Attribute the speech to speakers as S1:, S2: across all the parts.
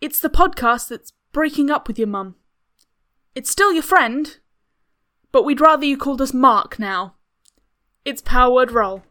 S1: It's the podcast that's breaking up with your mum. It's still your friend, but we'd rather you called us Mark now. It's Power Word Roll.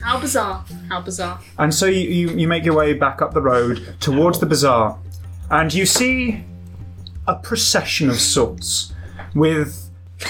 S1: How bizarre. How bizarre.
S2: And so you, you, you make your way back up the road towards the bazaar, and you see a procession of sorts with.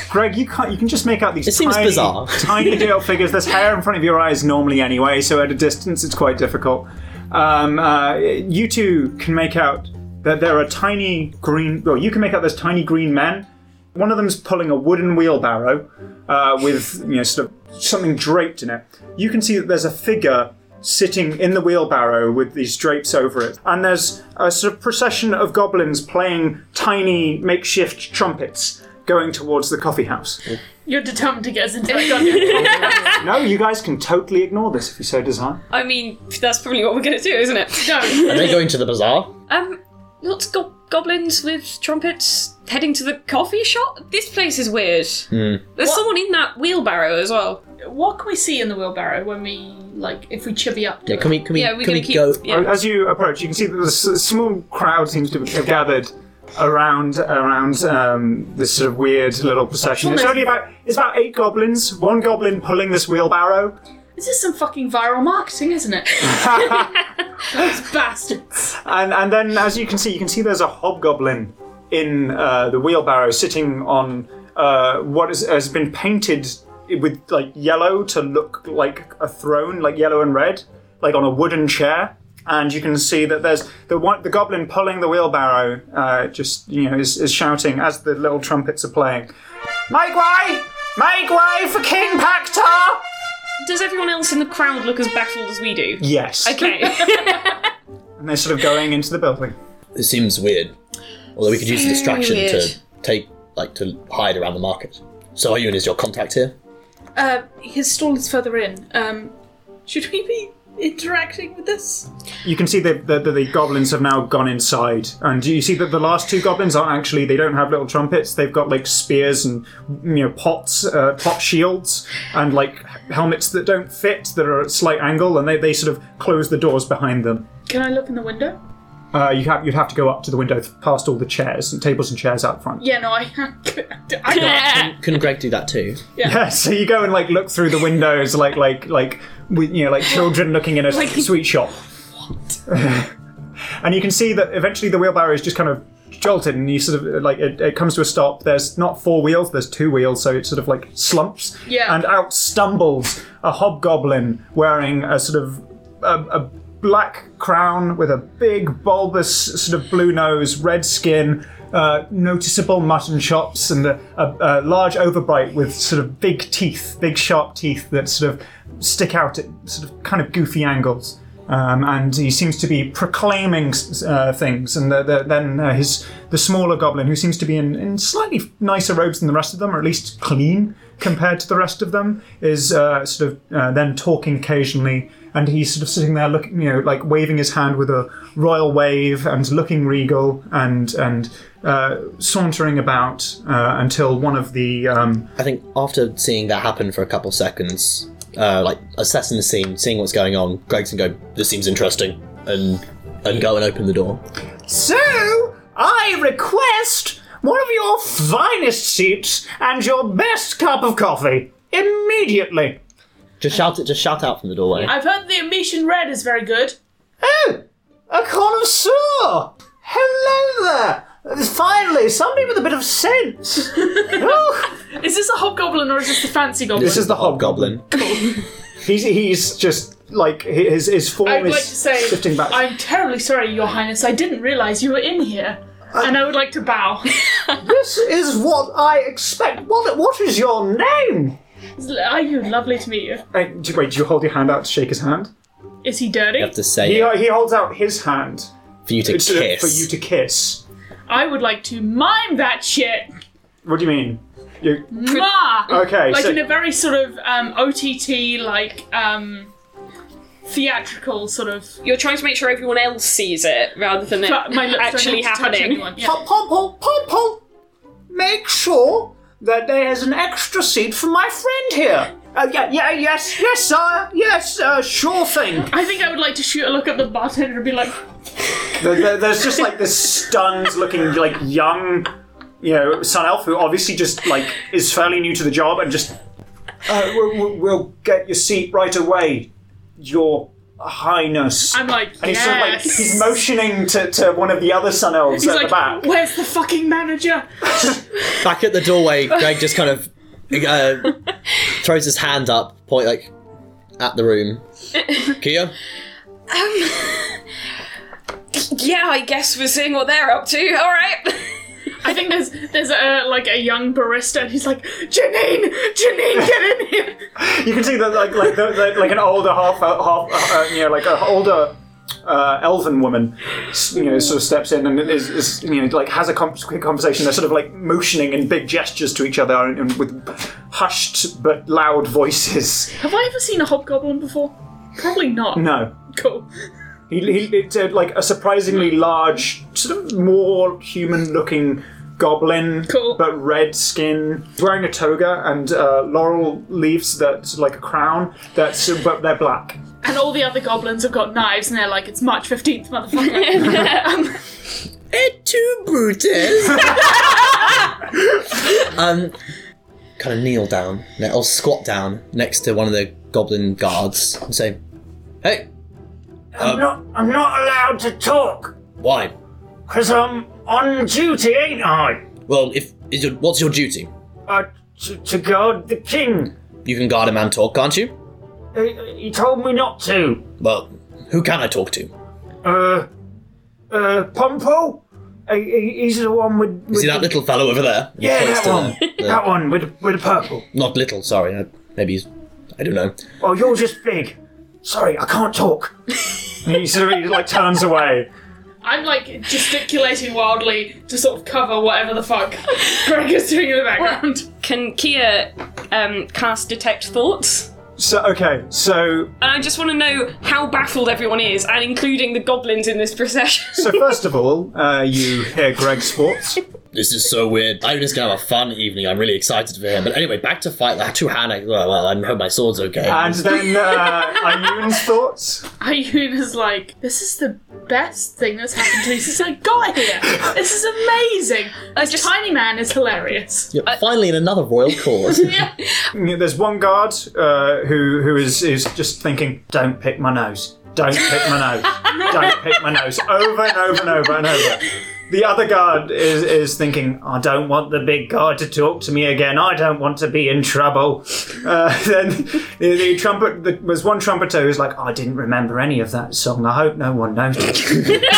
S2: Greg, you can't. You can just make out these
S3: It seems
S2: tiny,
S3: bizarre.
S2: tiny little figures. There's hair in front of your eyes normally, anyway, so at a distance it's quite difficult. Um, uh, you two can make out that there are tiny green. Well, you can make out there's tiny green men. One of them's pulling a wooden wheelbarrow uh, with you know sort of something draped in it. You can see that there's a figure sitting in the wheelbarrow with these drapes over it, and there's a sort of procession of goblins playing tiny makeshift trumpets going towards the coffee house.
S1: You're determined to get us into that dungeon.
S2: no, you guys can totally ignore this if you so desire.
S1: Oh,
S4: I mean, that's probably what we're going to do, isn't it?
S1: Don't.
S3: Are they going to the bazaar?
S4: Um, lots of go- goblins with trumpets heading to the coffee shop. This place is weird.
S3: Hmm.
S4: There's someone in that wheelbarrow as well.
S1: What can we see in the wheelbarrow when we, like, if we chivvy up?
S3: Yeah, can we can we
S4: Yeah, we're
S3: can we
S4: going to keep.
S3: go?
S4: yeah.
S2: As you approach, you can see that the s- small crowd seems to have gathered around around um, this sort of weird little procession. It's only about it's about eight goblins, one goblin pulling this wheelbarrow.
S1: This is some fucking viral marketing, isn't it? Those bastards.
S2: And, and then, as you can see, you can see there's a hobgoblin in uh, the wheelbarrow sitting on uh, what is, has been painted with like yellow to look like a throne, like yellow and red, like on a wooden chair. And you can see that there's the one, the goblin pulling the wheelbarrow, uh, just you know, is, is shouting as the little trumpets are playing. Make way, make way for King Pactar.
S4: Does everyone else in the crowd look as baffled as we do?
S2: Yes,
S4: Okay.
S2: and they're sort of going into the building.
S3: It seems weird. Although we could use the
S4: Very
S3: distraction
S4: weird.
S3: to take like to hide around the market. So Ayun is your contact here?
S1: Uh, his stall is further in. Um, should we be interacting with this?
S2: you can see that the, the, the goblins have now gone inside, and you see that the last two goblins aren't actually. They don't have little trumpets. They've got like spears and you know pots, uh, pot shields, and like helmets that don't fit that are at a slight angle, and they, they sort of close the doors behind them.
S1: Can I look in the window?
S2: Uh, you have you'd have to go up to the window past all the chairs and tables and chairs out front.
S1: Yeah, no, I. I can't.
S3: Can Greg do that too?
S2: Yeah, so you go and like look through the windows, like like like with you know like children looking in a sweet shop. and you can see that eventually the wheelbarrow is just kind of jolted, and you sort of like it, it comes to a stop. There's not four wheels, there's two wheels, so it sort of like slumps.
S1: Yeah.
S2: And out stumbles a hobgoblin wearing a sort of a, a black crown with a big bulbous sort of blue nose, red skin, uh, noticeable mutton chops, and a, a, a large overbite with sort of big teeth, big sharp teeth that sort of stick out at sort of kind of goofy angles. Um, and he seems to be proclaiming uh, things, and the, the, then uh, his the smaller goblin, who seems to be in, in slightly nicer robes than the rest of them, or at least clean compared to the rest of them, is uh, sort of uh, then talking occasionally and he's sort of sitting there looking you know like waving his hand with a royal wave and looking regal and and uh, sauntering about uh, until one of the um,
S3: I think after seeing that happen for a couple seconds, uh, like assessing the scene, seeing what's going on, Greg's gonna go, This seems interesting and and go and open the door.
S2: so i request one of your finest seats and your best cup of coffee immediately
S3: Just shout it just shout out from the doorway.
S1: I've heard the Amishan Red is very good.
S2: oh a connoisseur hello there finally somebody with a bit of sense Oh.
S1: Is this a hobgoblin or is this the fancy goblin?
S2: this is the hobgoblin
S3: Goblin.
S2: He's he's just like his his form
S1: I'd
S2: is
S1: like to say,
S2: shifting back.
S1: I'm terribly sorry, Your Highness. I didn't realise you were in here. and I would like to bow.
S2: This is what I expect. What what is your name?
S1: Are you lovely to meet you?
S2: do, Uh, wait, do you hold your hand out to shake his hand?
S1: Is he dirty?
S3: You have to say
S2: He uh,
S3: it
S2: he holds out his hand
S3: uh, for you
S2: to-
S3: to kiss.
S2: for you to kiss.
S1: I would like to mime that shit.
S2: What do you mean? You,
S1: Ma!
S2: Okay,
S1: Like
S2: so-
S1: in a very sort of um, OTT, like um, theatrical sort of.
S4: You're trying to make sure everyone else sees it rather than it
S1: But my lips
S4: actually
S1: don't have to touch
S4: happening.
S1: anyone. Yeah.
S2: Pom pom pom pom pom. Make sure that there is an extra seat for my friend here. Uh, yeah, yeah, yes, yes, sir, yes, uh, sure thing.
S1: I think I would like to shoot a look at the bartender and be like,
S2: There- there- There's just like this stunned looking, like young, you know, Sun Elf who obviously just like is fairly new to the job and just. Uh, we'll, we'll- we'll get your seat right away, Your Highness.
S1: I'm like,
S2: and he's sort of like
S1: yes.
S2: he's motioning to, to one of the other Sun Elves
S1: He's
S2: at the
S1: like,
S2: back.
S1: where's the fucking manager?
S3: Back at the doorway, Greg just kind of uh, throws his hand up, point like at the room. Kia,
S4: Yeah, I guess we're seeing what they're up to. All right.
S1: I think there's there's a like a young barista and he's like, Janine, Janine, get in here.
S2: You can see that, like, like, the, the, like an older half, half, uh, you know, like an older uh, elven woman, s- you know, sort of steps in and is, is you know, like has a com- quick conversation. They're sort of like motioning in big gestures to each other and, and with hushed but loud voices.
S1: Have I ever seen a hobgoblin before? Probably not.
S2: No,
S1: Cool.
S2: he, he it's a, like a surprisingly large, sort of more human-looking goblin,
S1: Cool.
S2: but red skin. He's wearing a toga and uh, laurel leaves that's like a crown. That's but they're black.
S1: And all the other goblins have got knives and they're like, it's March 15th, motherfucker. um,
S3: et tu, Brutus? um, kind of kneel down, ne- or squat down next to one of the goblin guards and say, "Hey,
S2: I'm not. I'm not allowed to talk
S3: why?
S2: because I'm on duty, ain't I?
S3: Well, if is your, what's your duty?
S2: Uh, to, to guard the king.
S3: You can guard a man talk, can't you?
S2: He, he told me not to.
S3: Well, who can I talk to?
S2: Uh, uh, Pompo. Uh, he- he's the one with. with
S3: See that
S2: the-
S3: little fellow over there? He
S2: Yeah,
S3: points
S2: that
S3: to
S2: one.
S3: the-
S2: That one with with the purple.
S3: Not little, sorry. uh, Maybe he's. I don't know.
S2: Oh, you're just big. Sorry, I can't talk. he sort of like turns away.
S1: I'm like gesticulating wildly to sort of cover whatever the fuck Greg is doing in the background.
S4: Can Kia um, cast detect thoughts?
S2: So okay, so
S4: And I just want to know how baffled everyone is, and including the goblins in this procession.
S2: so first of all, uh, you hear Greg Sports.
S3: This is so weird. I'm just gonna have a fun evening. I'm really excited for him. But anyway, back to fight. I had two hand. I, well, well, I hope my sword's okay.
S2: And then uh, Ayun's thoughts.
S1: Ayun is like, this is the best thing that's happened to me since I got here. This is amazing. This
S4: just-
S1: tiny man is hilarious.
S3: Yep, finally, in another royal cause.
S2: Yeah, There's one guard uh, who who is is just thinking, "Don't pick my nose. Don't pick my nose. Don't pick my nose." Over and over and over and over. The other guard is is thinking, "I don't want the big guy to talk to me again. I don't want to be in trouble." Uh, then the, the trumpet the, there's one trumpeter who's like, "I didn't remember any of that song. I hope no one noticed."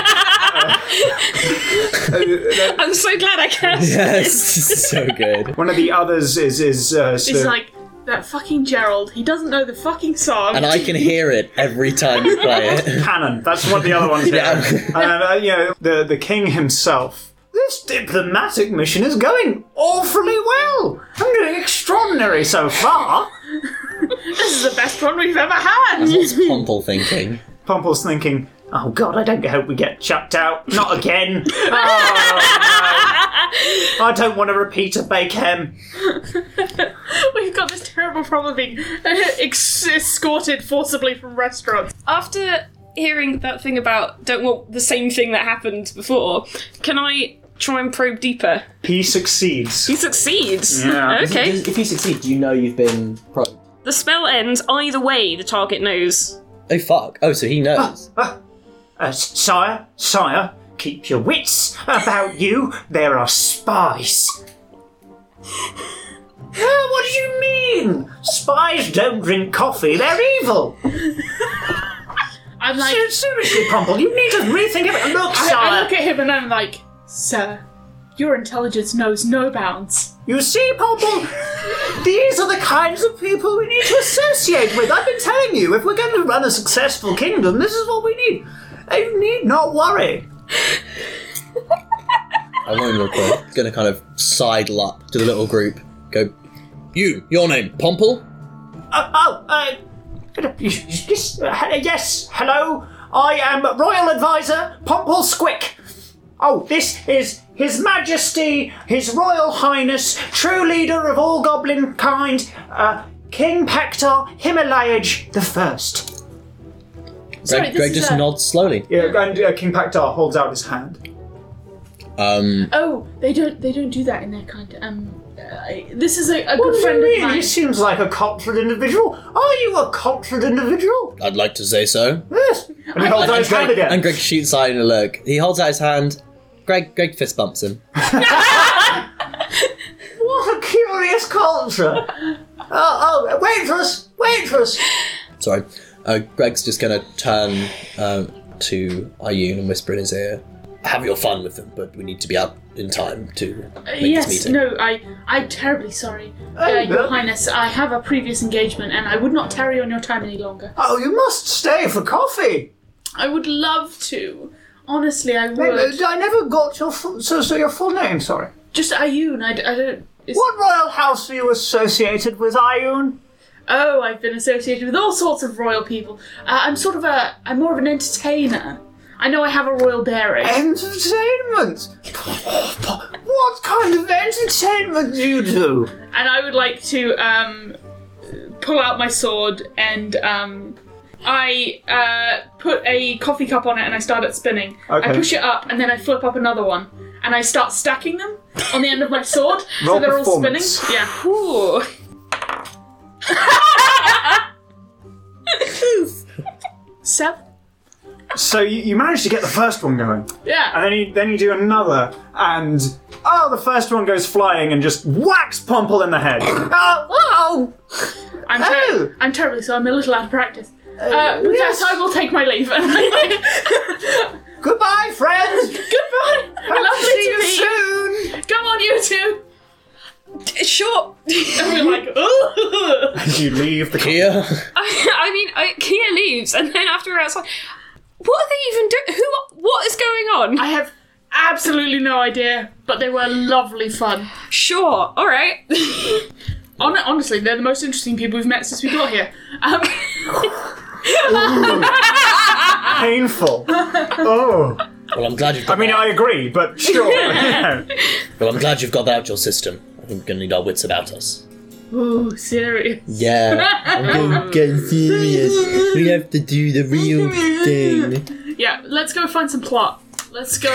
S4: I'm so glad I cast.
S3: yes, this is so good.
S2: one of the others is is uh, sort
S1: He's
S2: of-
S1: like, that fucking Gerald, he doesn't know the fucking song.
S3: And I can hear it every time you play it.
S2: cannon. That's what the other one's
S3: Yeah.
S2: doing. And uh, you know, the the king himself. This diplomatic mission is going awfully well. I'm doing extraordinary so far.
S1: This is the best one we've ever had.
S3: What's Pomple thinking?
S2: Pomple's thinking, "Oh God, I don't hope we get chucked out. Not again. Oh, no. I don't want to repeat a Bakeham."
S1: We've got this terrible problem of being ex- escorted forcibly from restaurants.
S4: After hearing that thing about don't want the same thing that happened before, can I try and probe deeper?
S2: He succeeds.
S4: He succeeds.
S2: Yeah.
S4: Okay.
S3: If you succeed, do you know you've been pro?
S4: The spell ends either way. The target knows.
S3: Oh fuck! Oh, so he knows.
S2: Uh, sire, sire, keep your wits about you. There are spies. Uh, what do you mean? Spies don't drink coffee. They're evil.
S1: I'm like,
S2: Se- Seriously, Pomple, you need to rethink it. Look,
S1: I, I
S2: sire.
S1: look at him and I'm like, sir, your intelligence knows no bounds.
S2: You see, Pomple, these are the kinds of people we need to associate with. I've been telling you, if we're going to run a successful kingdom, this is what we need. You need not worry.
S3: I won't real quick. Gonna kind of sidle up to the little group, Go. You, your name, Pomple?
S2: Uh, oh, uh, yes, uh, he- yes, hello. I am Royal Advisor Pomple Squick. Oh, this is His Majesty, His Royal Highness, true leader of all goblin kind, uh, King Pactar Himalayaj the First.
S5: Sorry,
S3: Greg,
S5: this
S3: Greg
S5: is
S3: just
S5: a-
S3: nods slowly.
S2: Yeah, and uh, King Pactar holds out his hand.
S3: Um,
S5: Oh, they don't they don't do that in their kind. Um, uh, I- this is a, a good friend of mine.
S2: seems like a cultured individual. Are you a cultured individual?
S3: I'd like to say so.
S2: Yes. And he holds out his hand
S3: Greg,
S2: again.
S3: and Greg shoots out in a look. He holds out his hand. Greg, Greg fist bumps him.
S2: What a curious culture! oh, oh, waitress, waitress!
S3: Sorry. Uh, Greg's just going to turn um, to Ayun and whisper in his ear, "Have your fun with them, but we need to be out in time to
S5: Uh,
S3: make this
S5: yes,
S3: meeting."
S5: no, I I'm terribly sorry,
S2: Oh,
S5: uh, Your
S2: no.
S5: Highness. I have a previous engagement, and I would not tarry on your time any longer.
S2: Oh, you must stay for coffee.
S5: I would love to. Honestly, I
S2: Wait,
S5: would.
S2: I never got your full, so, so your full name. Sorry.
S5: Just Ayun, I, d- I don't. it's-
S2: What royal house are you associated with, Ayun?
S5: Oh, I've been associated with all sorts of royal people. Uh, I'm sort of a. I'm more of an entertainer. I know I have a royal bearing.
S2: Entertainment. what kind of entertainment do you do?
S5: and I would like to um, pull out my sword and um, I uh, put a coffee cup on it and I start it spinning.
S2: Okay.
S5: I push it up and then I flip up another one and I start stacking them on the end of my sword
S2: Roll
S5: so they're all spinning.
S2: performance.
S5: Yeah.
S4: Ooh.
S5: Seven.
S2: So you, you managed to get the first one going,
S5: Yeah.
S2: and then you then you do another, and oh, the first one goes flying and just whacks Pomple in the head. oh,
S5: I'm,
S2: Oh!
S5: ter- I'm terribly so I'm a little out of practice. Uh, with
S2: yes.
S5: that, I will take my leave. And I-
S2: oh! Goodbye, friends.
S5: Goodbye. Lovely to meet you.
S2: soon.
S5: Come on, you two.
S4: Sure.
S5: And we're like, ooh.
S2: you leave the
S3: Here,
S4: I mean, I, Kia leaves, and then after we're outside, what are they even doing? Who? What is going on?
S5: I have absolutely no idea, but they were lovely fun.
S4: sure. All right.
S5: Hon- honestly, they're the most interesting people we've met since we got here. Um,
S2: painful. Oh,
S3: well, I'm glad you've. Got
S2: I mean,
S3: that.
S2: I agree, but sure.
S3: well, I'm glad you've got that out your system. I think we're gonna need our wits about us.
S5: ooh, serious.
S3: Yeah, I'm getting serious. We have to do the real thing.
S5: Yeah, let's go find some plot. Let's go.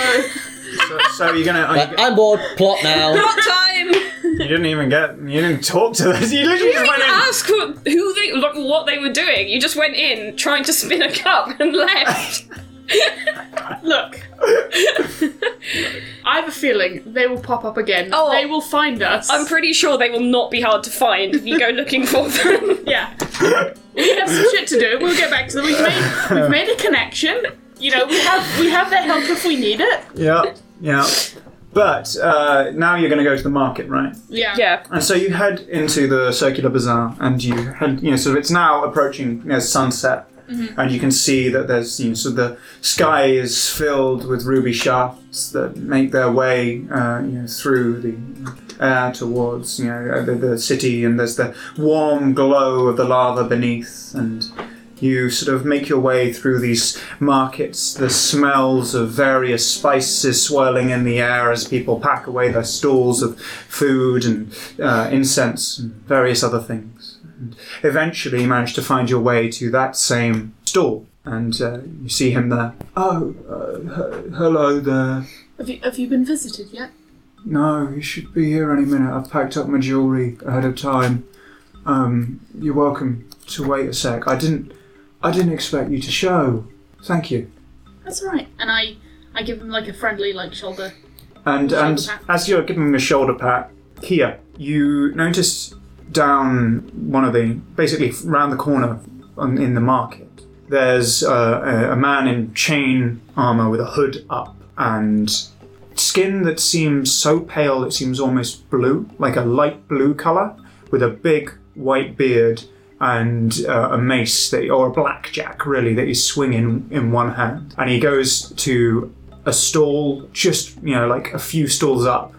S2: so, so you're gonna. are you,
S3: Uh, I'm bored. Plot now.
S4: What time?
S2: you didn't even get. You didn't talk to this. You literally
S4: You
S2: just went
S4: didn't
S2: in.
S4: ask who, who they, like, what they were doing. You just went in, trying to spin a cup, and left.
S5: Look. I have a feeling they will pop up again.
S4: Oh.
S5: they will find us.
S4: I'm pretty sure they will not be hard to find if you go looking for them.
S5: yeah. we have some shit to do. We'll get back to them. We've made, we've made a connection. You know, we have we have their help if we need it.
S2: Yeah, yeah. But uh, now you're gonna go to the market, right?
S5: Yeah.
S4: yeah.
S2: And so you head into the circular bazaar, and you head, you know, sort of it's now approaching you know, sunset, and you can see that there's, you know, so the sky is filled with ruby shafts that make their way, uh, you know, through the air towards, you know, uh, the, the city, and there's the warm glow of the lava beneath, and you sort of make your way through these markets, the smells of various spices swirling in the air as people pack away their stores of food and uh, incense and various other things. And eventually, you manage to find your way to that same stall, and uh, you see him there. Oh, uh, he- hello there.
S5: Have you have you been visited yet?
S2: No, you should be here any minute. I've packed up my jewelry ahead of time. Um, you're welcome to wait a sec. I didn't, I didn't expect you to show. Thank you.
S5: That's all right. And I, I give him like a friendly like shoulder.
S2: And and
S5: pat.
S2: as you're giving him a shoulder pat, here you notice down one of the basically round the corner on, in the market. There's uh, a, a man in chain armor with a hood up and skin that seems so pale it seems almost blue, like a light blue color, with a big white beard and uh, a mace that, or a blackjack really that he's swinging in one hand. And he goes to a stall, just you know, like a few stalls up,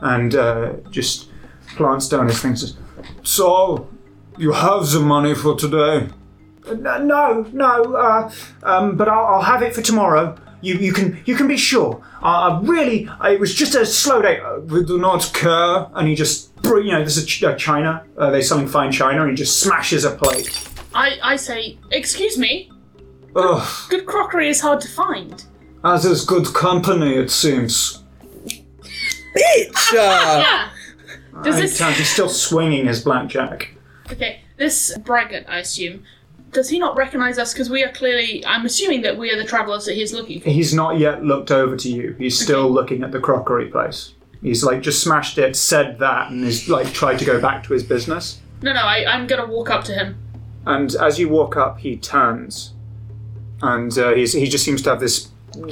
S2: and uh, just glanced down his thing says, So, you have the money for today? No, no, uh, um, but I'll, I'll have it for tomorrow. You, you can you can be sure. I, I really, I, it was just a slow day. Uh, We do not care. And he just, br- you know, there's a, ch- a china. Uh, they're selling fine china, and he just smashes a plate.
S5: I, I say, excuse me,
S2: Ugh,
S5: good crockery is hard to find.
S2: as is good company, it seems.
S3: Bitch! Uh,
S5: Does
S2: And he
S5: this
S2: turns- he's still swinging his blackjack.
S5: okay? This braggart, I assume, does he not recognise us because we are clearly? I'm assuming that we are the travellers that he's looking for.
S2: He's not yet looked over to you. He's still looking at the crockery place. He's like just smashed it, said that, and is like tried to go back to his business.
S5: No, no, I, I'm gonna walk up to him.
S2: And as you walk up, he turns, and uh, he's, he just seems to have this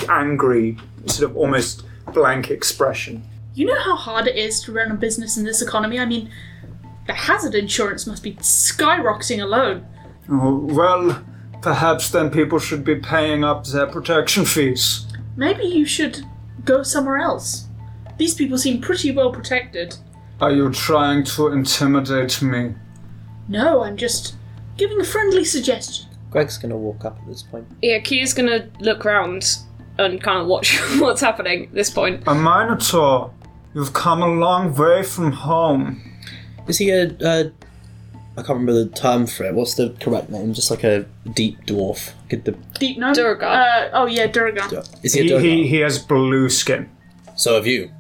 S2: angry, sort of almost blank expression.
S5: You know how hard it is to run a business in this economy. I mean, the hazard insurance must be skyrocketing alone.
S2: Oh, well, perhaps then people should be paying up their protection fees.
S5: Maybe you should go somewhere else. These people seem pretty well protected.
S2: Are you trying to intimidate me?
S5: No, I'm just giving a friendly suggestion.
S3: Greg's gonna walk up at this point.
S4: Yeah, Kia's gonna look round and kind of watch what's happening at this point.
S2: A minotaur. You've come a long way from home.
S3: Is he a? Uh, I can't remember the term for it. What's the correct name? Just like a deep dwarf. Could the
S5: Deep no?
S4: Durga.
S5: Uh, oh yeah, Durga.
S3: is he a
S2: He, he,
S3: Durgar?
S2: he has blue skin.
S3: So have you?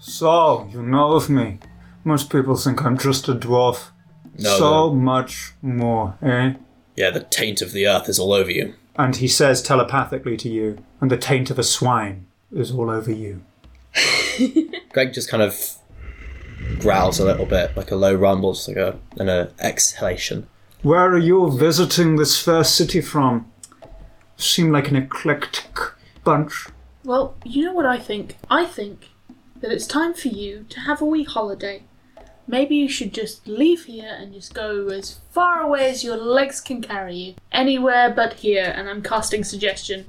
S2: So, you know of me. Most people think I'm just a dwarf.
S3: No.
S2: so
S3: the-
S2: much more, eh?
S3: yeah, the taint of the earth is all over you.
S2: And he says telepathically to you, and the taint of a swine is all over you.
S3: Greg just kind of growls a little bit, like a low rumble, just like a and a exhalation.
S2: Where are you visiting this fair city from? Seem like an eclectic bunch.
S5: Well, you know what I think? I think that it's time for you to have a wee holiday. Maybe you should just leave here and just go as far away as your legs can carry you. Anywhere but here, and I'm casting suggestion.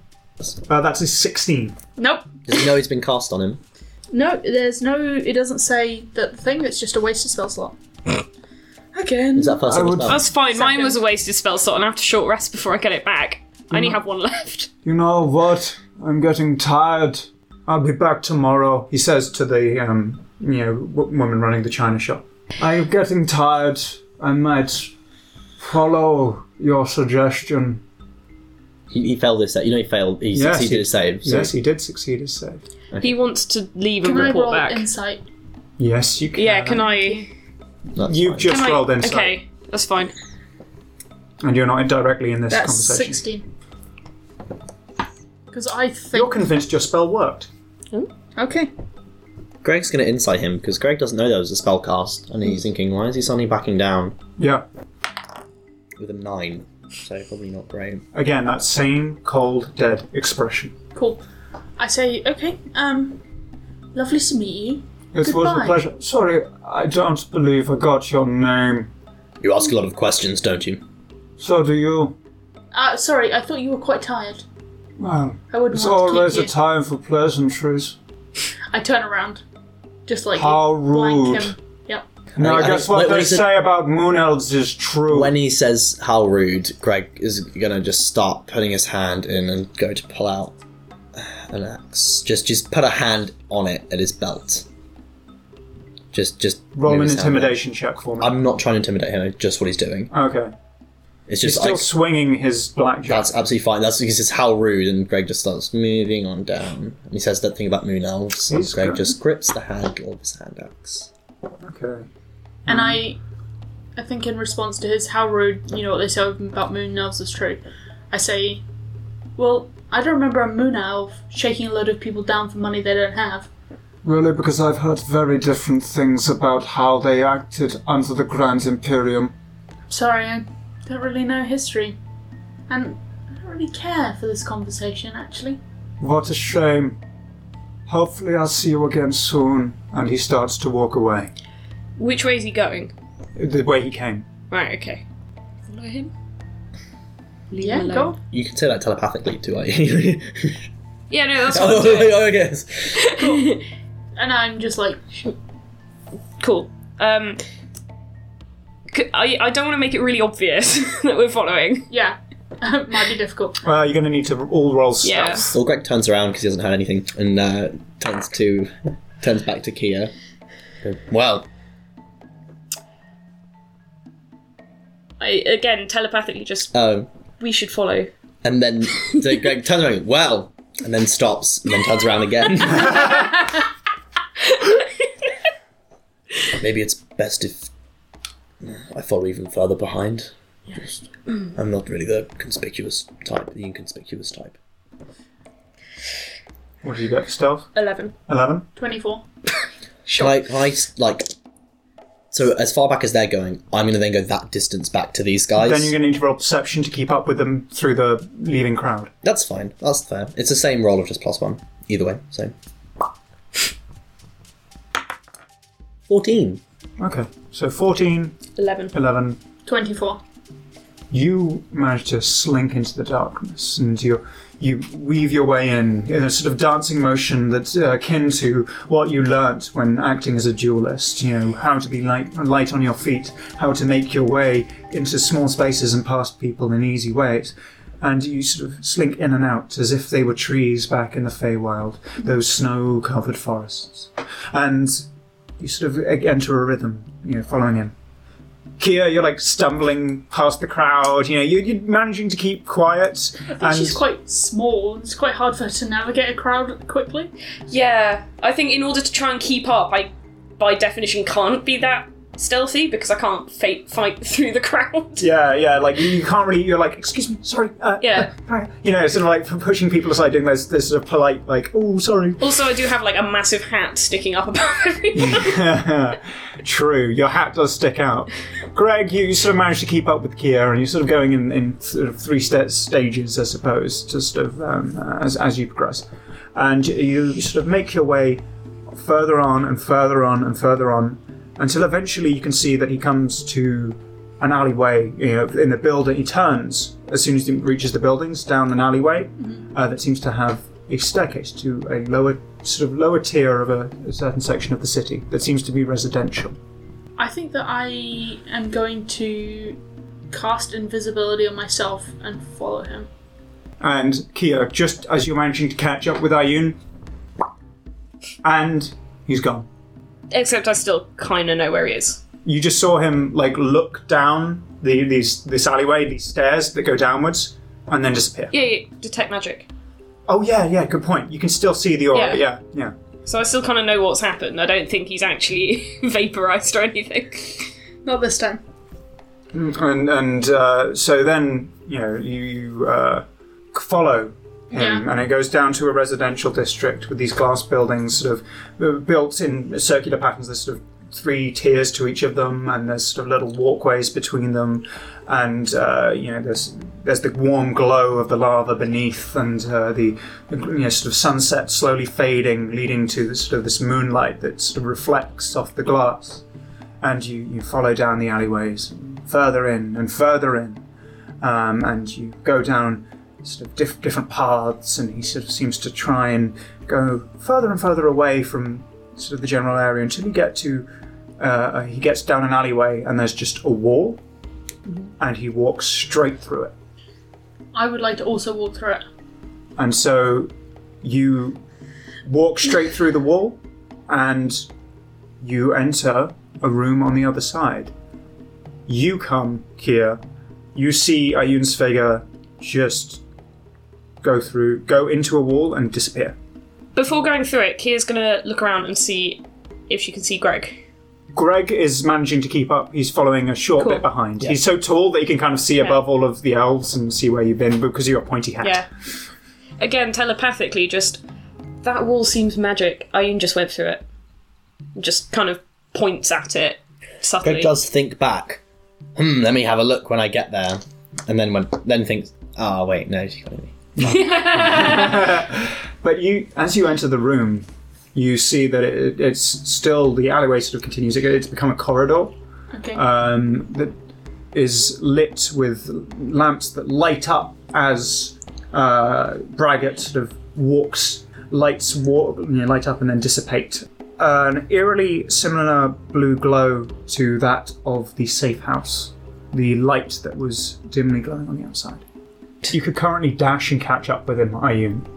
S2: Uh, that's a 16.
S5: Nope.
S3: Does he know he's been cast on him?
S5: No, there's no. It doesn't say that thing, it's just a wasted spell slot. Again.
S3: Is that first
S2: I
S3: thing as
S2: would-
S3: well?
S4: That's fine. Mine was a wasted spell slot, and I have to short rest before I get it back. I only have one left.
S2: You know what? I'm getting tired. I'll be back tomorrow, he says to the, um, you know, w- woman running the china shop. I'm getting tired. I might follow your suggestion.
S3: He, he failed his save. You know he failed. He
S2: Yes,
S3: succeeded
S2: he-
S3: his save. So
S2: Yes, he did succeed his save.
S4: He wants to leave
S5: Can
S4: and
S5: I
S4: report
S5: roll
S4: back.
S5: insight?
S2: Yes, you can.
S4: yeah, can I?
S3: that's
S2: You've
S3: fine.
S2: just
S4: Can I-
S2: rolled insight,
S4: Okay, that's fine.
S2: and you're not directly in this
S5: That's
S2: conversation.
S5: 16. Because I think.
S2: You're convinced your spell worked.
S5: okay.
S3: Greg's gonna insight him because Greg doesn't know there was a spell cast, and he's thinking, why is he suddenly backing down
S2: Yeah.
S3: with a nine? So probably not great.
S2: Again, that same cold, dead expression.
S5: Cool. I say, okay, um, lovely to meet you.
S2: It was
S5: Goodbye.
S2: a pleasure. Sorry, I don't believe I got your name.
S3: You ask a lot of questions, don't you?
S2: So do you.
S5: Uh, sorry, I thought you were quite tired.
S2: Well,
S5: I wouldn't
S2: it's
S5: want
S2: always
S5: to
S2: a
S5: keep you.
S2: time for pleasantries.
S5: I turn around, just like
S2: How
S5: blank
S2: rude.
S5: him. Yep.
S2: Now,
S3: I-
S2: I
S3: I
S2: guess
S3: think-
S2: what
S3: when- when
S2: they
S3: he said-
S2: say about moon elves is true.
S3: When he says how rude, Greg is gonna just start putting his hand in and go to pull out uh, an axe. Just just put a hand on it at his belt. Just just
S2: Roll
S3: move
S2: an
S3: his hand
S2: intimidation check for
S3: out.
S2: me.
S3: I'm not trying to intimidate him. I know Just what he's doing.
S2: okay.
S3: It's
S2: He's
S3: just
S2: still
S3: like
S2: swinging his blackjack.
S3: that's absolutely fine. That's because it's how rude, and Greg just starts moving on down. And he says that thing about moon elves, and
S2: He's
S3: Greg
S2: good.
S3: just grips the handle of his hand axe.
S2: Okay.
S5: And I, I think in response to his how rude, you know what they say about moon elves is true. I say, well, I don't remember a moon elf shaking a load of people down for money they don't have.
S2: Really, because I've heard very different things about how they acted under the Grand Imperium.
S5: Sorry, I don't really know history, and I don't really care for this conversation actually.
S2: What a shame. Hopefully, I'll see you again soon. And he starts to walk away.
S4: Which way is he going?
S2: The way he came.
S4: Right. Okay. Follow him. Leave
S5: Yeah,
S4: him alone.
S5: go.
S3: You can say that telepathically too, are you?
S4: Yeah, no, that's
S3: oh,
S4: fine.
S3: I guess.
S5: And I'm just like,
S4: cool. Um, c- I, I don't want to make it really obvious that we're following.
S5: Yeah. Might be difficult.
S2: Uh, you're going to need to all roll stealth.
S4: Yeah.
S3: Well, Greg turns around because he hasn't heard anything and uh, turns to turns back to Kia. Well,
S4: I, again, telepathically, just
S3: um,
S4: we should follow.
S3: and then so Greg turns around. Well, and then stops and then turns around again. Maybe it's best if I follow even further behind. Just- I'm not really the conspicuous type, the inconspicuous type.
S2: What do you get for stealth?
S4: Eleven.
S2: 11?
S5: 24.
S4: Sure.
S3: Like, I like. So as far back as they're going, I'm going to then go that distance back to these guys.
S2: Then you're going to need to roll perception to keep up with them through the leaving crowd.
S3: That's fine. That's fair. It's the same roll of just plus one. Either way, so. 14.
S2: Okay. So 14,
S4: Eleven.
S2: 11.
S5: 24.
S2: You manage to slink into the darkness and you you weave your way in in a sort of dancing motion that's uh, akin to what you learnt when acting as a duelist. You know, how to be light, light on your feet, how to make your way into small spaces and past people in easy ways. And you sort of slink in and out as if they were trees back in the Feywild, those snow covered forests. And you sort of e- enter a rhythm, you know, following him. Kia, you're like stumbling past the crowd. You know, you're, you're managing to keep quiet. And
S5: She's quite small. It's quite hard for her to navigate a crowd quickly.
S4: Yeah, I think in order to try and keep up, I, by definition, can't be that stealthy because I can't fa- fight through the crowd.
S2: yeah, yeah, like you, you can't really. You're like, excuse me, sorry. Uh,
S4: Yeah.
S2: uh, you know, sort of like p- pushing people aside, doing those, this sort of polite, like, oh, sorry.
S4: Also, I do have like a massive hat sticking up above everyone.
S2: True, your hat does stick out. Greg, you, you sort of manage to keep up with Kia, and you're sort of going in, in sort of three st- stages, I suppose, just of um, as as you progress, and you sort of make your way further on and further on and further on, until eventually you can see that he comes to an alleyway. You know, in the building, he turns as soon as he reaches the buildings down an alleyway uh, that seems to have a staircase to a lower sort of lower tier of a, a certain section of the city that seems to be residential.
S5: I think that I am going to cast invisibility on myself and follow him.
S2: And Kia, just as you're managing to catch up with Ayun, and he's gone.
S4: Except I still kind of know where he is.
S2: You just saw him like look down the these this alleyway, these stairs that go downwards, and then disappear.
S4: Yeah, yeah detect magic.
S2: Oh yeah, yeah, good point. You can still see the aura.
S4: Yeah.
S2: Yeah, yeah.
S4: So I still kind of know what's happened. I don't think he's actually vaporized or anything.
S5: Not this time.
S2: And and uh, so then you know you, you uh, follow him,
S5: Yeah.
S2: and it goes down to a residential district with these glass buildings, sort of uh, built in circular patterns. There's sort of three tiers to each of them, and there's sort of little walkways between them, and uh, you know there's there's the warm glow of the lava beneath, and uh, the you know sort of sunset slowly fading, leading to the, sort of this moonlight that sort of reflects off the glass and you, you follow down the alleyways, further in and further in, um, and you go down sort of diff- different paths, and he sort of seems to try and go further and further away from sort of the general area until you get to uh, uh, he gets down an alleyway, and there's just a wall, and he walks straight through it,
S5: I would like to also walk through it.
S2: and so you walk straight through the wall, and you enter a room on the other side. You come here. You see Ayun's figure just go through, go into a wall and disappear.
S4: Before going through it, Kia's gonna look around and see if she can see Greg.
S2: Greg is managing to keep up. He's following a short
S4: Cool.
S2: bit behind. He's so tall that he can kind of see above all of the elves and see where you've been because you've got a pointy hat.
S4: Yeah. Again, telepathically, just that wall seems magic. Ayun just went through it. Just kind of points at it subtly.
S3: Greg does think back. Hmm, let me have a look when I get there. And then when then thinks, ah, wait, no, she can't hear me.
S2: But you, as you enter the room, you see that it, it's still the alleyway sort of continues. It, it's become a corridor
S5: Okay.
S2: um, that is lit with lamps that light up as uh, Braggart sort of walks, lights walk, you know, light up and then dissipate. an eerily similar blue glow to that of the safe house, the light that was dimly glowing on the outside. You could currently dash and catch up with him, Ayun.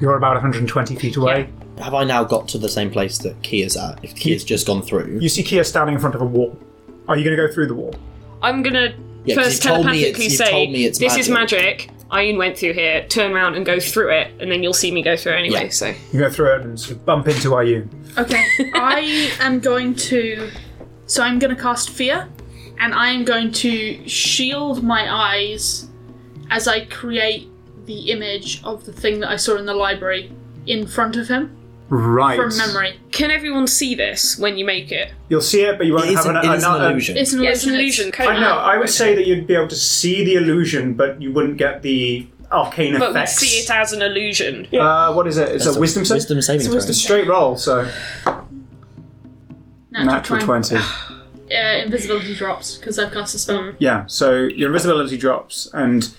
S2: You're about 120 feet away.
S3: Have I now got to the same place that Kia's at? If Kia's just gone through,
S2: You see Kia standing in front of a wall. Are you going to go through the wall?
S4: I'm gonna
S3: Yeah, 'cause
S4: first
S3: you've told me it's-
S4: telepathically
S3: you've
S4: say
S3: told me it's
S4: this is
S3: magic."
S4: magic. Ian went through here. Turn around and go through it, and then you'll see me go through anyway.
S3: Yeah.
S4: So
S2: You go through it and sort of bump into Ayun.
S5: Okay, I am going to. So I'm going to cast fear, and I am going to shield my eyes as I create the image of the thing that I saw in the library in front of him
S2: Right.
S5: from memory.
S4: can everyone see this when you make it?
S2: You'll see it, but you won't
S3: it is,
S2: have
S3: an,
S2: an,
S3: it is an
S2: another-
S3: illusion.
S5: It's an
S4: Yeah, it's
S5: illusion.
S4: an illusion.
S2: I
S4: Conan.
S2: know. I would say that you'd be able to see the illusion, but you wouldn't get the arcane
S4: But we
S2: effects.
S4: see it as an illusion.
S2: uh, what is it? It's
S3: That's
S2: a wisdom save.
S3: Wisdom saving throw.
S5: wisdom-
S2: Straight roll, so
S5: Natural,
S2: natural
S5: 20.
S2: twenty.
S5: Uh, invisibility drops because I've cast a spell.
S2: Yeah. So your invisibility drops, and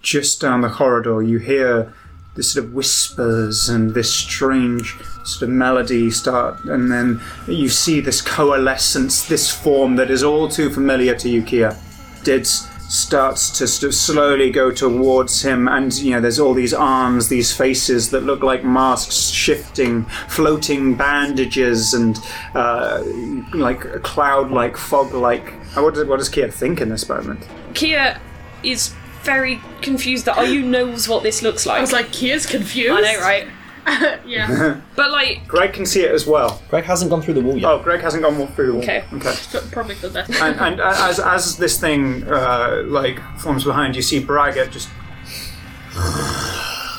S2: just down the corridor, you hear this sort of whispers and this strange sort of melody start, and then you see this coalescence, this form that is all too familiar to you, Kia. Dids starts to st- slowly go towards him, and you know there's all these arms, these faces that look like masks shifting, floating bandages, and uh, like cloud-like, fog-like. Uh, What does, what does Kia think in this moment?
S4: Kia is very confused that Ayu knows what this looks like.
S5: I was like, Kia's confused.
S4: I know, right?
S5: yeah,
S4: But like,
S2: Greg can see it as well.
S3: Greg hasn't gone through the wall yet.
S2: Oh, Greg hasn't gone through the wall.
S4: Okay.
S2: Okay.
S5: but probably for that.
S2: And, and as as this thing uh, like forms behind, you see Braga just,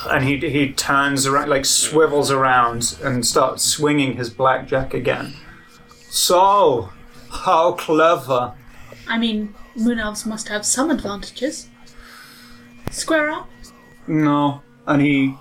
S2: and he he turns around, like swivels around, and starts swinging his blackjack again. So, how clever!
S5: I mean, moon elves must have some advantages. Square up.
S2: No, and he,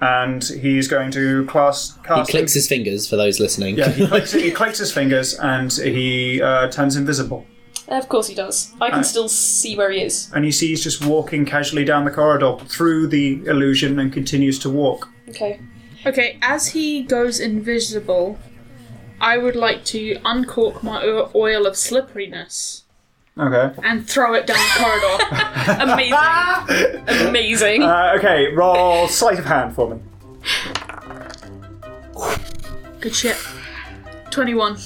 S2: and he's going to class
S3: He
S2: cast.
S3: clicks his fingers for those listening.
S2: Oh, yeah, he clicks, he clicks his fingers and he uh, turns invisible.
S4: of course he does. I can
S2: Right.
S4: still see where he is.
S2: and you see he's just walking casually down the corridor through the illusion and continues to walk.
S4: Okay.
S5: Okay, as he goes invisible, I would like to uncork my o- oil of slipperiness
S2: Okay.
S5: and throw it down the corridor.
S4: Amazing. Amazing.
S2: Uh, okay, roll sleight of hand for me.
S5: Good shit. 21.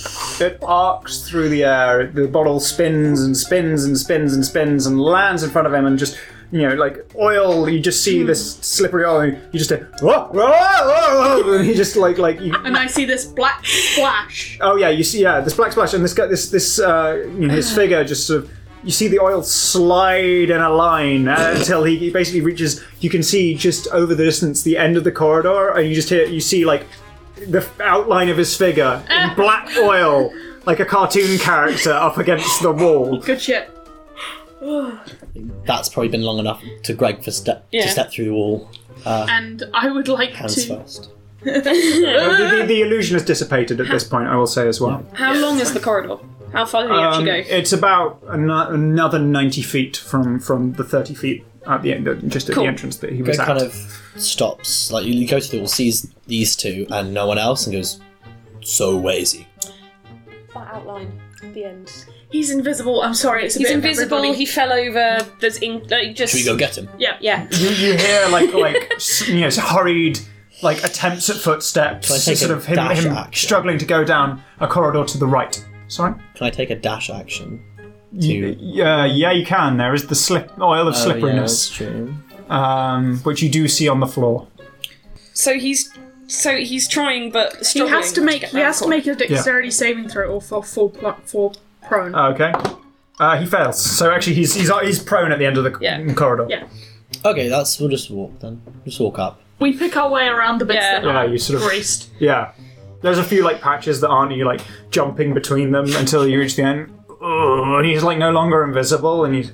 S2: It arcs through the air. The bottle spins and spins and spins and spins and lands in front of him and just, you know, like oil. You just see this slippery oil. And you just hear, whoa, whoa, whoa, whoa, and he just like like you,
S5: And I see this black splash.
S2: Oh yeah, you see, yeah, this black splash and this guy, this this uh, you know, his figure just sort of. You see the oil slide in a line uh, until he, he basically reaches. You can see just over the distance the end of the corridor, and you just hear you see like the outline of his figure in black oil, like a cartoon character up against the wall.
S5: Good shit.
S3: That's probably been long enough to Greg for step
S4: Yeah.
S3: to step through the wall
S5: And I would like
S3: hands
S5: to.
S3: first.
S2: the, the- the illusion has dissipated at this point, I will say as well.
S4: How long is the corridor? How far do you
S2: Um,
S4: actually go?
S2: it's about an- another ninety feet from from the thirty feet at the end, just at
S4: Cool.
S2: the entrance that he
S3: Greg
S2: was at.
S3: kind of stops. Like you go to the wall, sees these two and no one else, and goes, "So lazy."
S4: That outline. The end.
S5: He's invisible. I'm sorry, it's a
S4: He's
S5: bit of
S4: invisible.
S5: everybody.
S4: He fell over. There's ink. Like, just
S3: Should we go get him?
S5: Yeah.
S4: yeah.
S2: you, you hear like like s- you know hurried like attempts at footsteps,
S3: Can I take
S2: sort
S3: a
S2: of him,
S3: dash
S2: him
S3: action?
S2: struggling to go down a corridor to the right. Sorry.
S3: Can I take a dash action?
S2: Y- Yeah, yeah, you can. There is the slip oil of slipperiness,
S3: Oh, yeah, that's true.
S2: um, which you do see on the floor.
S4: So he's so he's trying, but
S5: He
S4: struggling
S5: has to make
S4: get
S5: he
S4: round
S5: has
S4: the
S5: to
S4: corner.
S5: make a dexterity saving throw or fall fall, pl- fall prone.
S2: Okay. Uh, he fails. So actually, he's he's uh, he's prone at the end of the c-
S4: Yeah.
S2: corridor.
S5: Yeah.
S3: Okay, that's we'll just walk then. Just walk up.
S5: We pick our way around the bits
S4: Yeah.
S5: that
S2: Yeah,
S5: are
S2: you sort of
S5: greased.
S2: yeah. There's a few like patches that aren't you like jumping between them until you reach the end. Oh, and he's like no longer invisible, and he's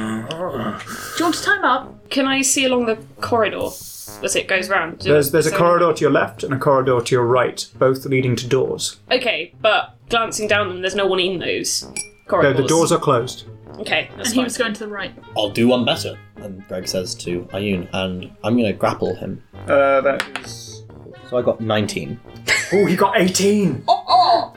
S5: Do you want to time up?
S4: Can I see along the corridor as it goes round?
S2: There's there's a
S4: So-
S2: corridor to your left and a corridor to your right, both leading to doors.
S4: Okay, but glancing down them, there's no one in those
S2: No,
S4: corridors.
S2: the doors are closed.
S4: Okay, that's
S5: And he
S4: fine.
S5: was going to the right.
S3: I'll do one better. And Greg says to Ayun, and I'm gonna grapple him.
S2: Uh, that is
S3: So I got 19.
S2: Oh, he got 18.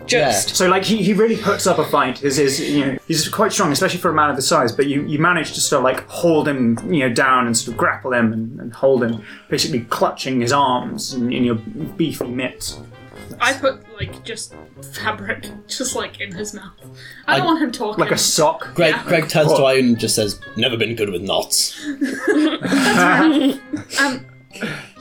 S4: Just.
S2: So like he, he really puts up a fight. Is is you know he's quite strong, especially for a man of his size. But you, you manage to sort of like hold him you know down and sort of grapple him and, and hold him, basically clutching his arms in, in your beefy mitts.
S1: I put like just fabric just like in his mouth. I don't want him talking.
S2: Like a sock.
S3: Greg, Greg turns to
S2: Oh.
S3: Ian and just says, "Never been good with knots."
S1: um,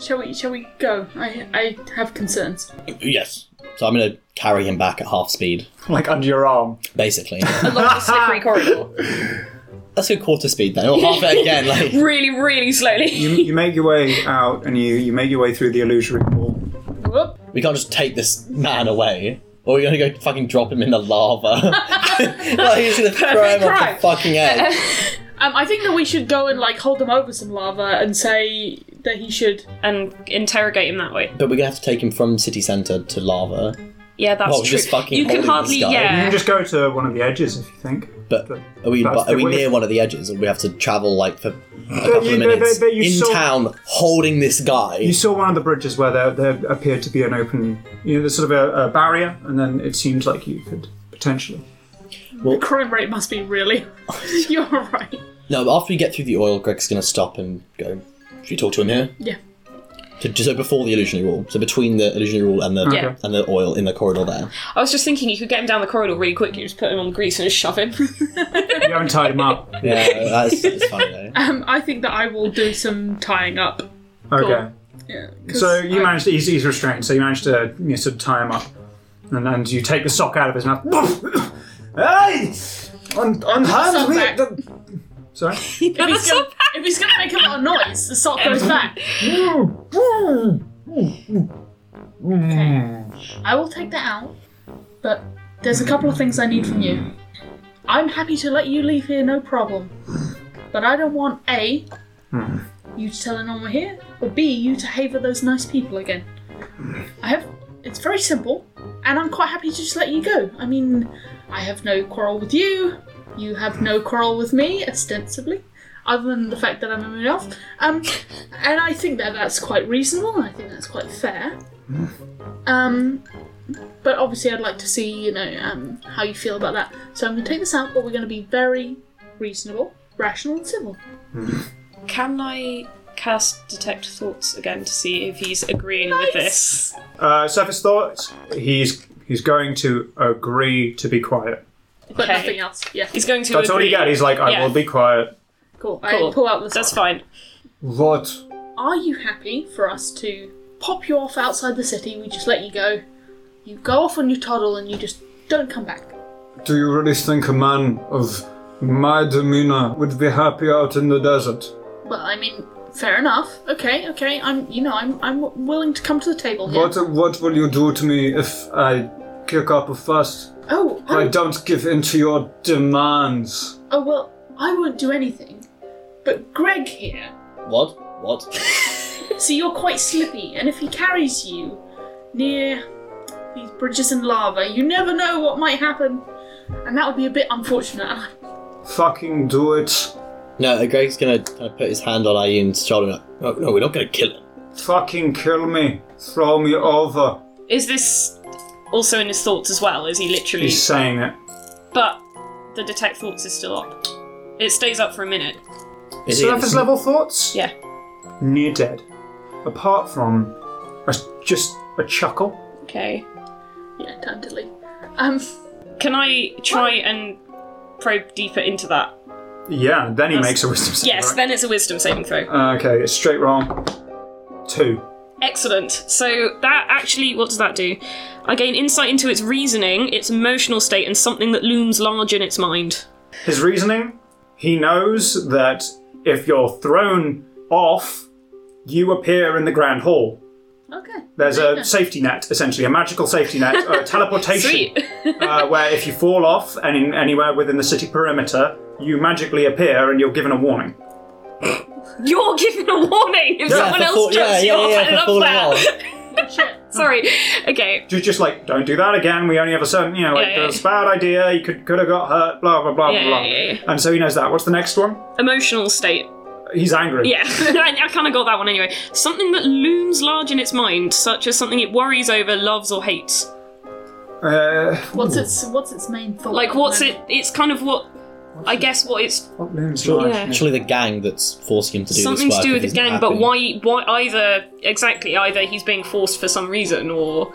S1: shall we? Shall we go? I I have concerns.
S3: Yes. So I'm gonna carry him back at half speed,
S2: Like under your arm.
S3: basically.
S4: Along the slippery corridor.
S3: Let's go quarter speed then, or half it again. Like
S4: Really, really slowly.
S2: You, you make your way out and you, you make your way through the illusory wall.
S1: Whoop.
S3: we can't just take this man away. Or we're gonna go fucking drop him in the lava. like he's gonna throw him off
S1: crime.
S3: the fucking edge.
S1: Um, I think that we should go and like hold him over some lava and say that he should.
S4: and interrogate him that way.
S3: But we're gonna have to take him from city centre to lava.
S4: Yeah, that's
S3: Well,
S4: true.
S3: just fucking
S4: you can
S3: holding
S4: hardly,
S3: this guy.
S2: You
S4: yeah.
S2: can just go to one of the edges if you think.
S3: But are we
S2: That's
S3: are
S2: the
S3: we
S2: way-
S3: near one of the edges, or we have to travel like for a couple
S2: you- but-
S3: of minutes
S2: but you
S3: in
S2: saw-
S3: town, holding this guy?
S2: You saw one of the bridges where there, there appeared to be an open, you know, there's sort of a, a barrier, and then it seemed like you could potentially.
S1: The crime rate must be really. You're right.
S3: No, but after we get through the oil, Greg's gonna stop and go. Should we talk to him here?
S1: Yeah.
S3: So, so before the illusionary wall, so between the illusionary wall and the
S4: Yeah.
S3: and the oil in the corridor there.
S4: I was just thinking you could get him down the corridor really quick. You just put him on grease and just shove him.
S2: You haven't tied him up.
S3: Yeah, that's, that's funny though.
S1: Um, I think that I will do some tying up.
S2: Okay.
S1: Yeah. 'cause
S2: So you
S1: I-
S2: managed to, he's, he's restrained, so you managed to you know, sort of tie him up. And, and you take the sock out of his mouth. hey! Un- unhand
S1: Sock
S2: me!
S1: back.
S2: the- Sorry?
S1: If he's, gonna, if he's gonna make a lot of noise, the sock goes back. Okay. I will take that out, but there's a couple of things I need from you. I'm happy to let you leave here, no problem. But I don't want A, you to tell anyone we're here, or B, you to havoc those nice people again. I have. It's very simple, and I'm quite happy to just let you go. I mean, I have no quarrel with you, you have no quarrel with me, ostensibly, other than the fact that I'm a moon elf. Um, and I think that that's quite reasonable. and I think that's quite fair. Um, but obviously, I'd like to see you know um, how you feel about that. So I'm going to take this out, but we're going to be very reasonable, rational, and civil.
S4: can I cast Detect Thoughts again to see if he's agreeing with this?
S2: Uh, surface thoughts. He's he's going to agree to be quiet.
S1: But
S4: Okay.
S1: nothing else. Yeah,
S4: He's going to
S2: That's all
S4: agree.
S2: you get. He's like, I
S4: Yeah.
S2: will be quiet.
S1: cool.
S4: Cool.
S1: I pull out the.
S4: That's
S1: That's
S4: fine.
S2: What?
S1: Are you happy for us to pop you off outside the city? We just let you go. You go off on your toddle, and you just don't come back.
S2: Do you really think a man of my demeanor would be happy out in the desert?
S1: Well, I mean, fair enough. Okay, okay. I'm, you know, I'm, I'm willing to come to the table here.
S6: What what will you do to me if I kick up a fuss?
S1: Oh,
S6: I
S1: oh,
S6: don't give in to your demands.
S1: oh, well, I won't do anything. But Greg here.
S3: What? What?
S1: So you're quite slippy, and if he carries you near these bridges and lava, you never know what might happen, and that would be a bit unfortunate.
S6: Fucking do it.
S3: No, Greg's gonna kind of put his hand on Ayun's shoulder. and like, no, no, we're not gonna kill him.
S6: Fucking kill me. Throw me over.
S4: Is this also in his thoughts as well? Is he literally.
S2: He's saying it.
S4: But the Detect Thoughts is still up. It stays up for a minute.
S3: Is he-
S2: Surface level thoughts?
S4: Yeah.
S2: Near dead. Apart from a, just a chuckle.
S4: Okay.
S1: yeah, time to leave. Um,
S4: Can I try and probe deeper into that?
S2: Yeah, then he
S4: That's-
S2: makes a wisdom save.
S4: Yes,
S2: right?
S4: then it's a wisdom saving throw.
S2: Okay, it's straight wrong. Two.
S4: Excellent. So that actually, what does that do? I gain insight into its reasoning, its emotional state, and something that looms large in its mind.
S2: His reasoning he knows that if you're thrown off, you appear in the Grand Hall.
S1: okay.
S2: There's a safety net, essentially, a magical safety net, a teleportation,
S4: Sweet.
S2: uh, where if you fall off and in, anywhere within the city perimeter, you magically appear and you're given a warning.
S4: You're given a warning if someone
S3: for
S4: else
S3: fall-
S4: jumps
S3: yeah,
S4: you
S3: yeah,
S4: off.
S3: yeah,
S4: I
S3: for
S4: love
S3: falling
S4: that.
S1: Shit.
S4: Sorry. Okay.
S2: Just, just like, don't do that again. We only have a certain, you know, like,
S4: Yeah, yeah.
S2: that's a bad idea. You could could have got hurt. Blah blah blah
S4: Yeah,
S2: blah.
S4: yeah, yeah.
S2: And so he knows that. What's the next one?
S4: Emotional state.
S2: He's angry.
S4: Yeah, I, I kind of got that one anyway. Something that looms large in its mind, such as something it worries over, loves, or hates.
S2: Uh,
S1: What's its What's its main thought?
S4: Like, what's it? It's kind of what. I guess what it's
S2: what looms large?
S4: Yeah.
S3: Actually, the gang that's forcing him to do
S4: something
S3: this
S4: to
S3: work
S4: do with
S3: if
S4: the
S3: he's not
S4: gang, but
S3: happy.
S4: why? Why either exactly? Either he's being forced for some reason, or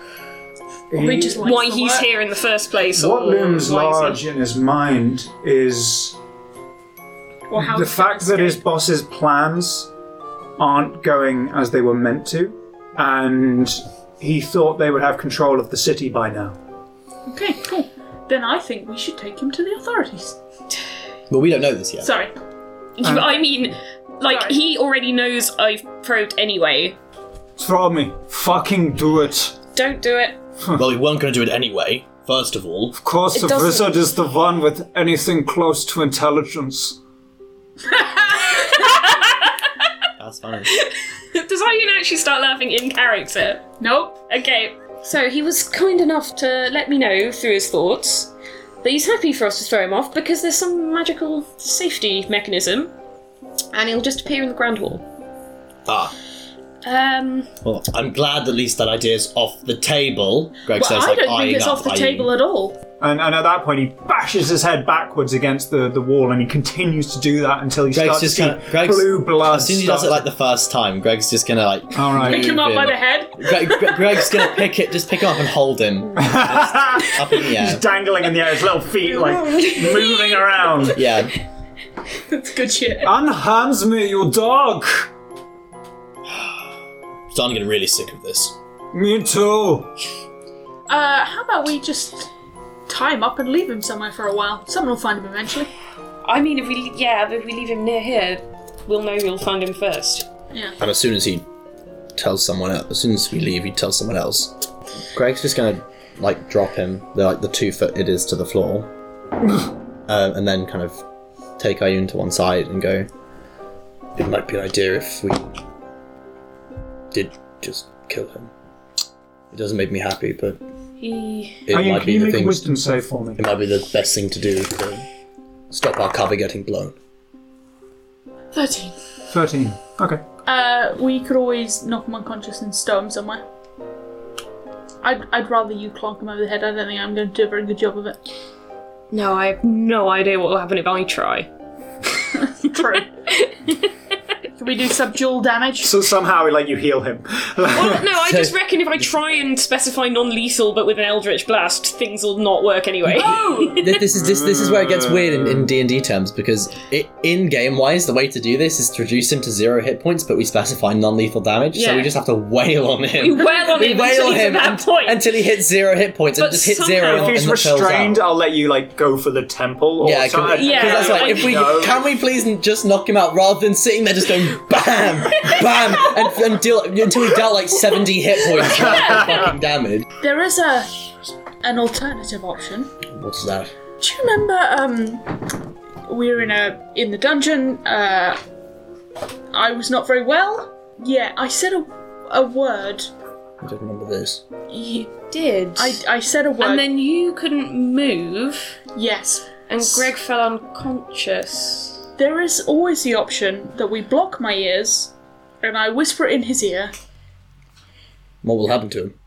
S2: He-
S1: We just like-
S4: why
S1: the
S4: he's
S1: work.
S4: here in the first place.
S2: what
S4: or
S2: looms
S4: why is he-
S2: large in his mind is
S1: Or how
S2: the
S1: it's gonna
S2: fact that his
S1: escape?
S2: boss's plans aren't going as they were meant to, and he thought they would have control of the city by now.
S1: Okay, cool. Then I think we should take him to the authorities.
S3: Well, we don't know this yet.
S1: Sorry.
S4: You- I mean, like
S1: Sorry.
S4: he already knows I've probed anyway.
S7: Throw me. Fucking do it.
S4: Don't do it.
S3: well, we weren't going to do it anyway. First of all,
S7: Of course, the
S4: doesn't-
S7: wizard is the one with anything close to intelligence.
S3: that's funny.
S4: Does Ian actually start laughing in character?
S1: Nope.
S4: Okay. So he was kind enough to let me know through his thoughts that he's happy for us to throw him off because there's some magical safety mechanism, and he'll just appear in the ground wall.
S3: Ah,
S4: Um.
S3: well, I'm glad at least that idea's off the table. Greg
S1: Well,
S3: says,
S1: I
S3: like,
S1: don't
S3: eyeing
S1: think it's
S3: up,
S1: off the
S3: eyeing-
S1: table at all.
S2: And, and at that point, he bashes his head backwards against the, the wall, and he continues to do that until he
S3: Greg's
S2: starts to
S3: just
S2: see
S3: kind of, Greg's,
S2: blue blood.
S3: As soon as he does it
S2: start-
S3: like the first time, Greg's just gonna like
S2: All right.
S1: Pick him up by the head.
S3: Greg, Greg- Greg's gonna pick it, just pick him up and hold him Just up in the
S2: He's
S3: air.
S2: dangling in the air, his little feet like moving around.
S3: Yeah,
S1: That's good shit.
S7: Unhands me, you dog!
S3: I'm starting to get really sick of this.
S7: Me too!
S1: Uh, how about we just tie him up and leave him somewhere for a while? Someone will find him eventually.
S4: I mean, if we yeah, if we leave him near here, we'll know we'll find him first.
S3: And as soon as he tells someone else, as soon as we leave, he tells someone else. Greg's just gonna like drop him, the, like the two foot it is to the floor, um, and then kind of take Ayun to one side and go. It might be an idea if we did just kill him. It doesn't make me happy, but
S4: He
S3: it
S2: Are you,
S3: might
S2: can
S3: be
S2: you
S3: the
S2: make a
S3: thing.
S2: wisdom save for me?
S3: It might be the best thing to do to stop our cover getting blown.
S1: Thirteen.
S2: 13. Okay.
S1: Uh, we could always knock him unconscious and stow him somewhere. I'd, I'd rather you clonk him over the head. I don't think I'm going to do a very good job of it.
S4: no, I have no idea what will happen if I try.
S1: True. Can we do subdual damage?
S2: So somehow, like, you heal him.
S3: Oh,
S4: No, I just reckon if I try and specify non-lethal but with an eldritch blast, things will not work anyway.
S3: Th- this is this, this is where it gets weird in- in D and D terms because it, in game wise, the way to do this is to reduce him to zero hit points, but we specify non-lethal damage, so
S4: Yeah.
S3: we just have to wail on
S4: we
S3: him.
S4: wail on him until he's at that
S3: un-
S4: point.
S3: until he hits zero hit points and
S4: But
S3: just hit
S4: somehow-
S3: zero.
S4: If
S2: if
S3: and
S2: he's
S3: then chills out.
S2: restrained, I'll let you, like, go for the temple or
S3: Yeah,
S2: something.
S3: because
S4: Yeah,
S3: that's like
S4: I-
S3: if we
S2: No.
S3: can we please n- just knock him out rather than sitting there just going bam, bam, and, and deal, until he dealt like seventy hit points worth of fucking damage.
S1: There is a an alternative option.
S3: What's that?
S1: Do you remember um we were in a in the dungeon, uh I was not very well? Yeah, I said a a word.
S3: I don't remember this.
S1: Ye-
S4: did.
S1: I, I said a word.
S4: and then you couldn't move,
S1: yes.
S4: and Greg fell unconscious.
S1: There is always the option that we block my ears and I whisper it in his ear.
S3: What will happen to him?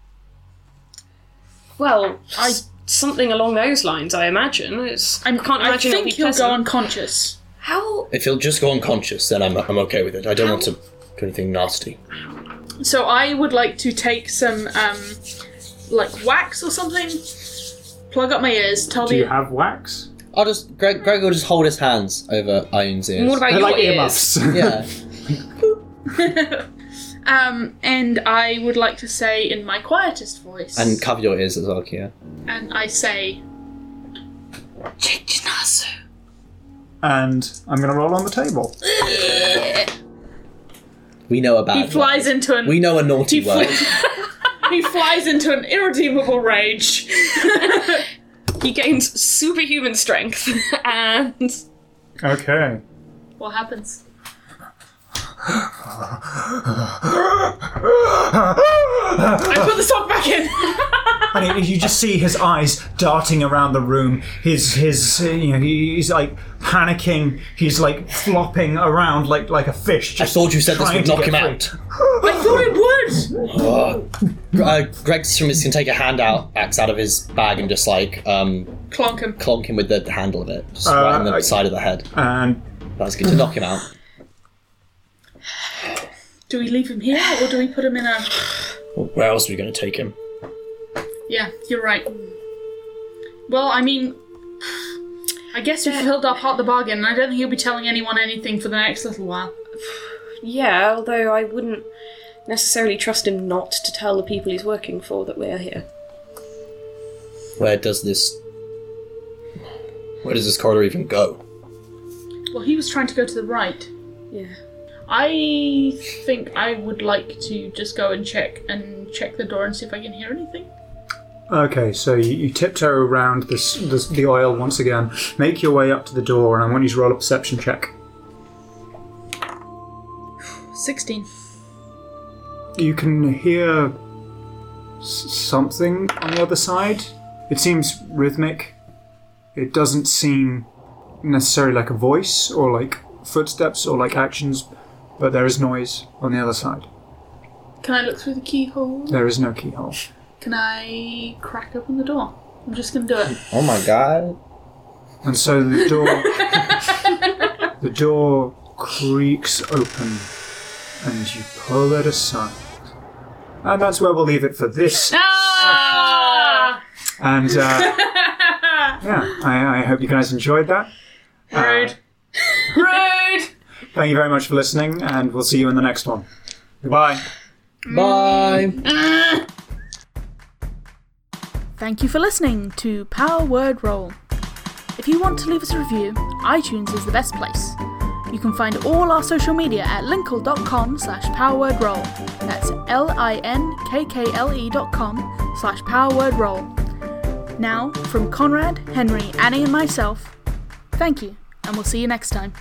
S4: Well,
S1: I-
S4: s- something along those lines, I imagine. It's, I
S1: I'm,
S4: can't
S1: I
S4: imagine it'll
S1: think
S4: be
S1: he'll
S4: pleasant.
S1: go unconscious.
S4: How
S3: If he'll just go unconscious, then I'm, I'm okay with it. I don't want to do anything nasty.
S1: So I would like to take some um like wax or something. Plug up my ears, tell
S2: Do
S1: me
S2: you have wax?
S3: I'll just Greg. Greg will just hold his hands over Ian's ears.
S4: What about your
S2: like earmuffs.
S4: ears?
S3: Yeah.
S1: um and I would like to say in my quietest voice
S3: and cover your ears as well, Kia.
S1: and I say,
S2: and I'm going to roll on the table.
S3: We know about.
S1: he flies into an
S3: We know a naughty
S1: He
S3: word.
S1: he flies into an irredeemable rage.
S4: He gains superhuman strength, and
S2: Okay.
S1: what happens? I put the sock back in.
S2: And it- you just see his eyes darting around the room. His his uh, you know he- he's like panicking. He's like flopping around like like a fish.
S3: I
S2: Just
S3: thought you said this
S2: trying
S3: would
S2: to
S3: knock
S2: get free.
S3: him out.
S8: I thought it would!
S3: Uh, Greg Simmons can take a hand out axe out of his bag and just like um,
S8: Clonk him.
S3: clonk him with the handle of it, just right in the
S2: Uh, I-
S3: side of the head.
S2: And
S3: That's good to knock him out.
S1: Do we leave him here or do we put him in a.
S9: Where else are we going to take him?
S1: Yeah, you're right. Well, I mean, I guess we filled our part of the bargain, and I don't think he'll be telling anyone anything for the next little while.
S4: Yeah, although I wouldn't necessarily trust him not to tell the people he's working for that we're here.
S3: Where does this? Where does this corridor even go?
S1: Well, he was trying to go to the right.
S4: Yeah.
S1: I think I would like to just go and check and check the door and see if I can hear anything.
S2: okay, so you, you tiptoe around this, this the oil once again. Make your way up to the door, and I want you to roll a perception check.
S1: 16.
S2: You can hear s- something on the other side. It seems rhythmic. It doesn't seem necessarily like a voice or like footsteps or like actions, but there is noise on the other side.
S1: Can I look through the keyhole?
S2: There is no keyhole.
S1: Can I crack open the door? I'm just gonna do it.
S3: Oh my god!
S2: And so the door the door creaks open and you pull it aside. And that's where we'll leave it for this. And uh, yeah, I, I hope you guys enjoyed that. Rude.
S1: Rude!
S2: Thank you very much for listening, and we'll see you in the next one. Goodbye.
S3: Bye.
S5: Thank you for listening to Power Word Roll. If you want to leave us a review, iTunes is the best place. You can find all our social media at linkle.com slash powerwordroll. That's L-I-N-K-K-L-E E dot com slash powerwordroll. Now, from Conrad, Henry, Annie and myself, thank you, and we'll see you next time.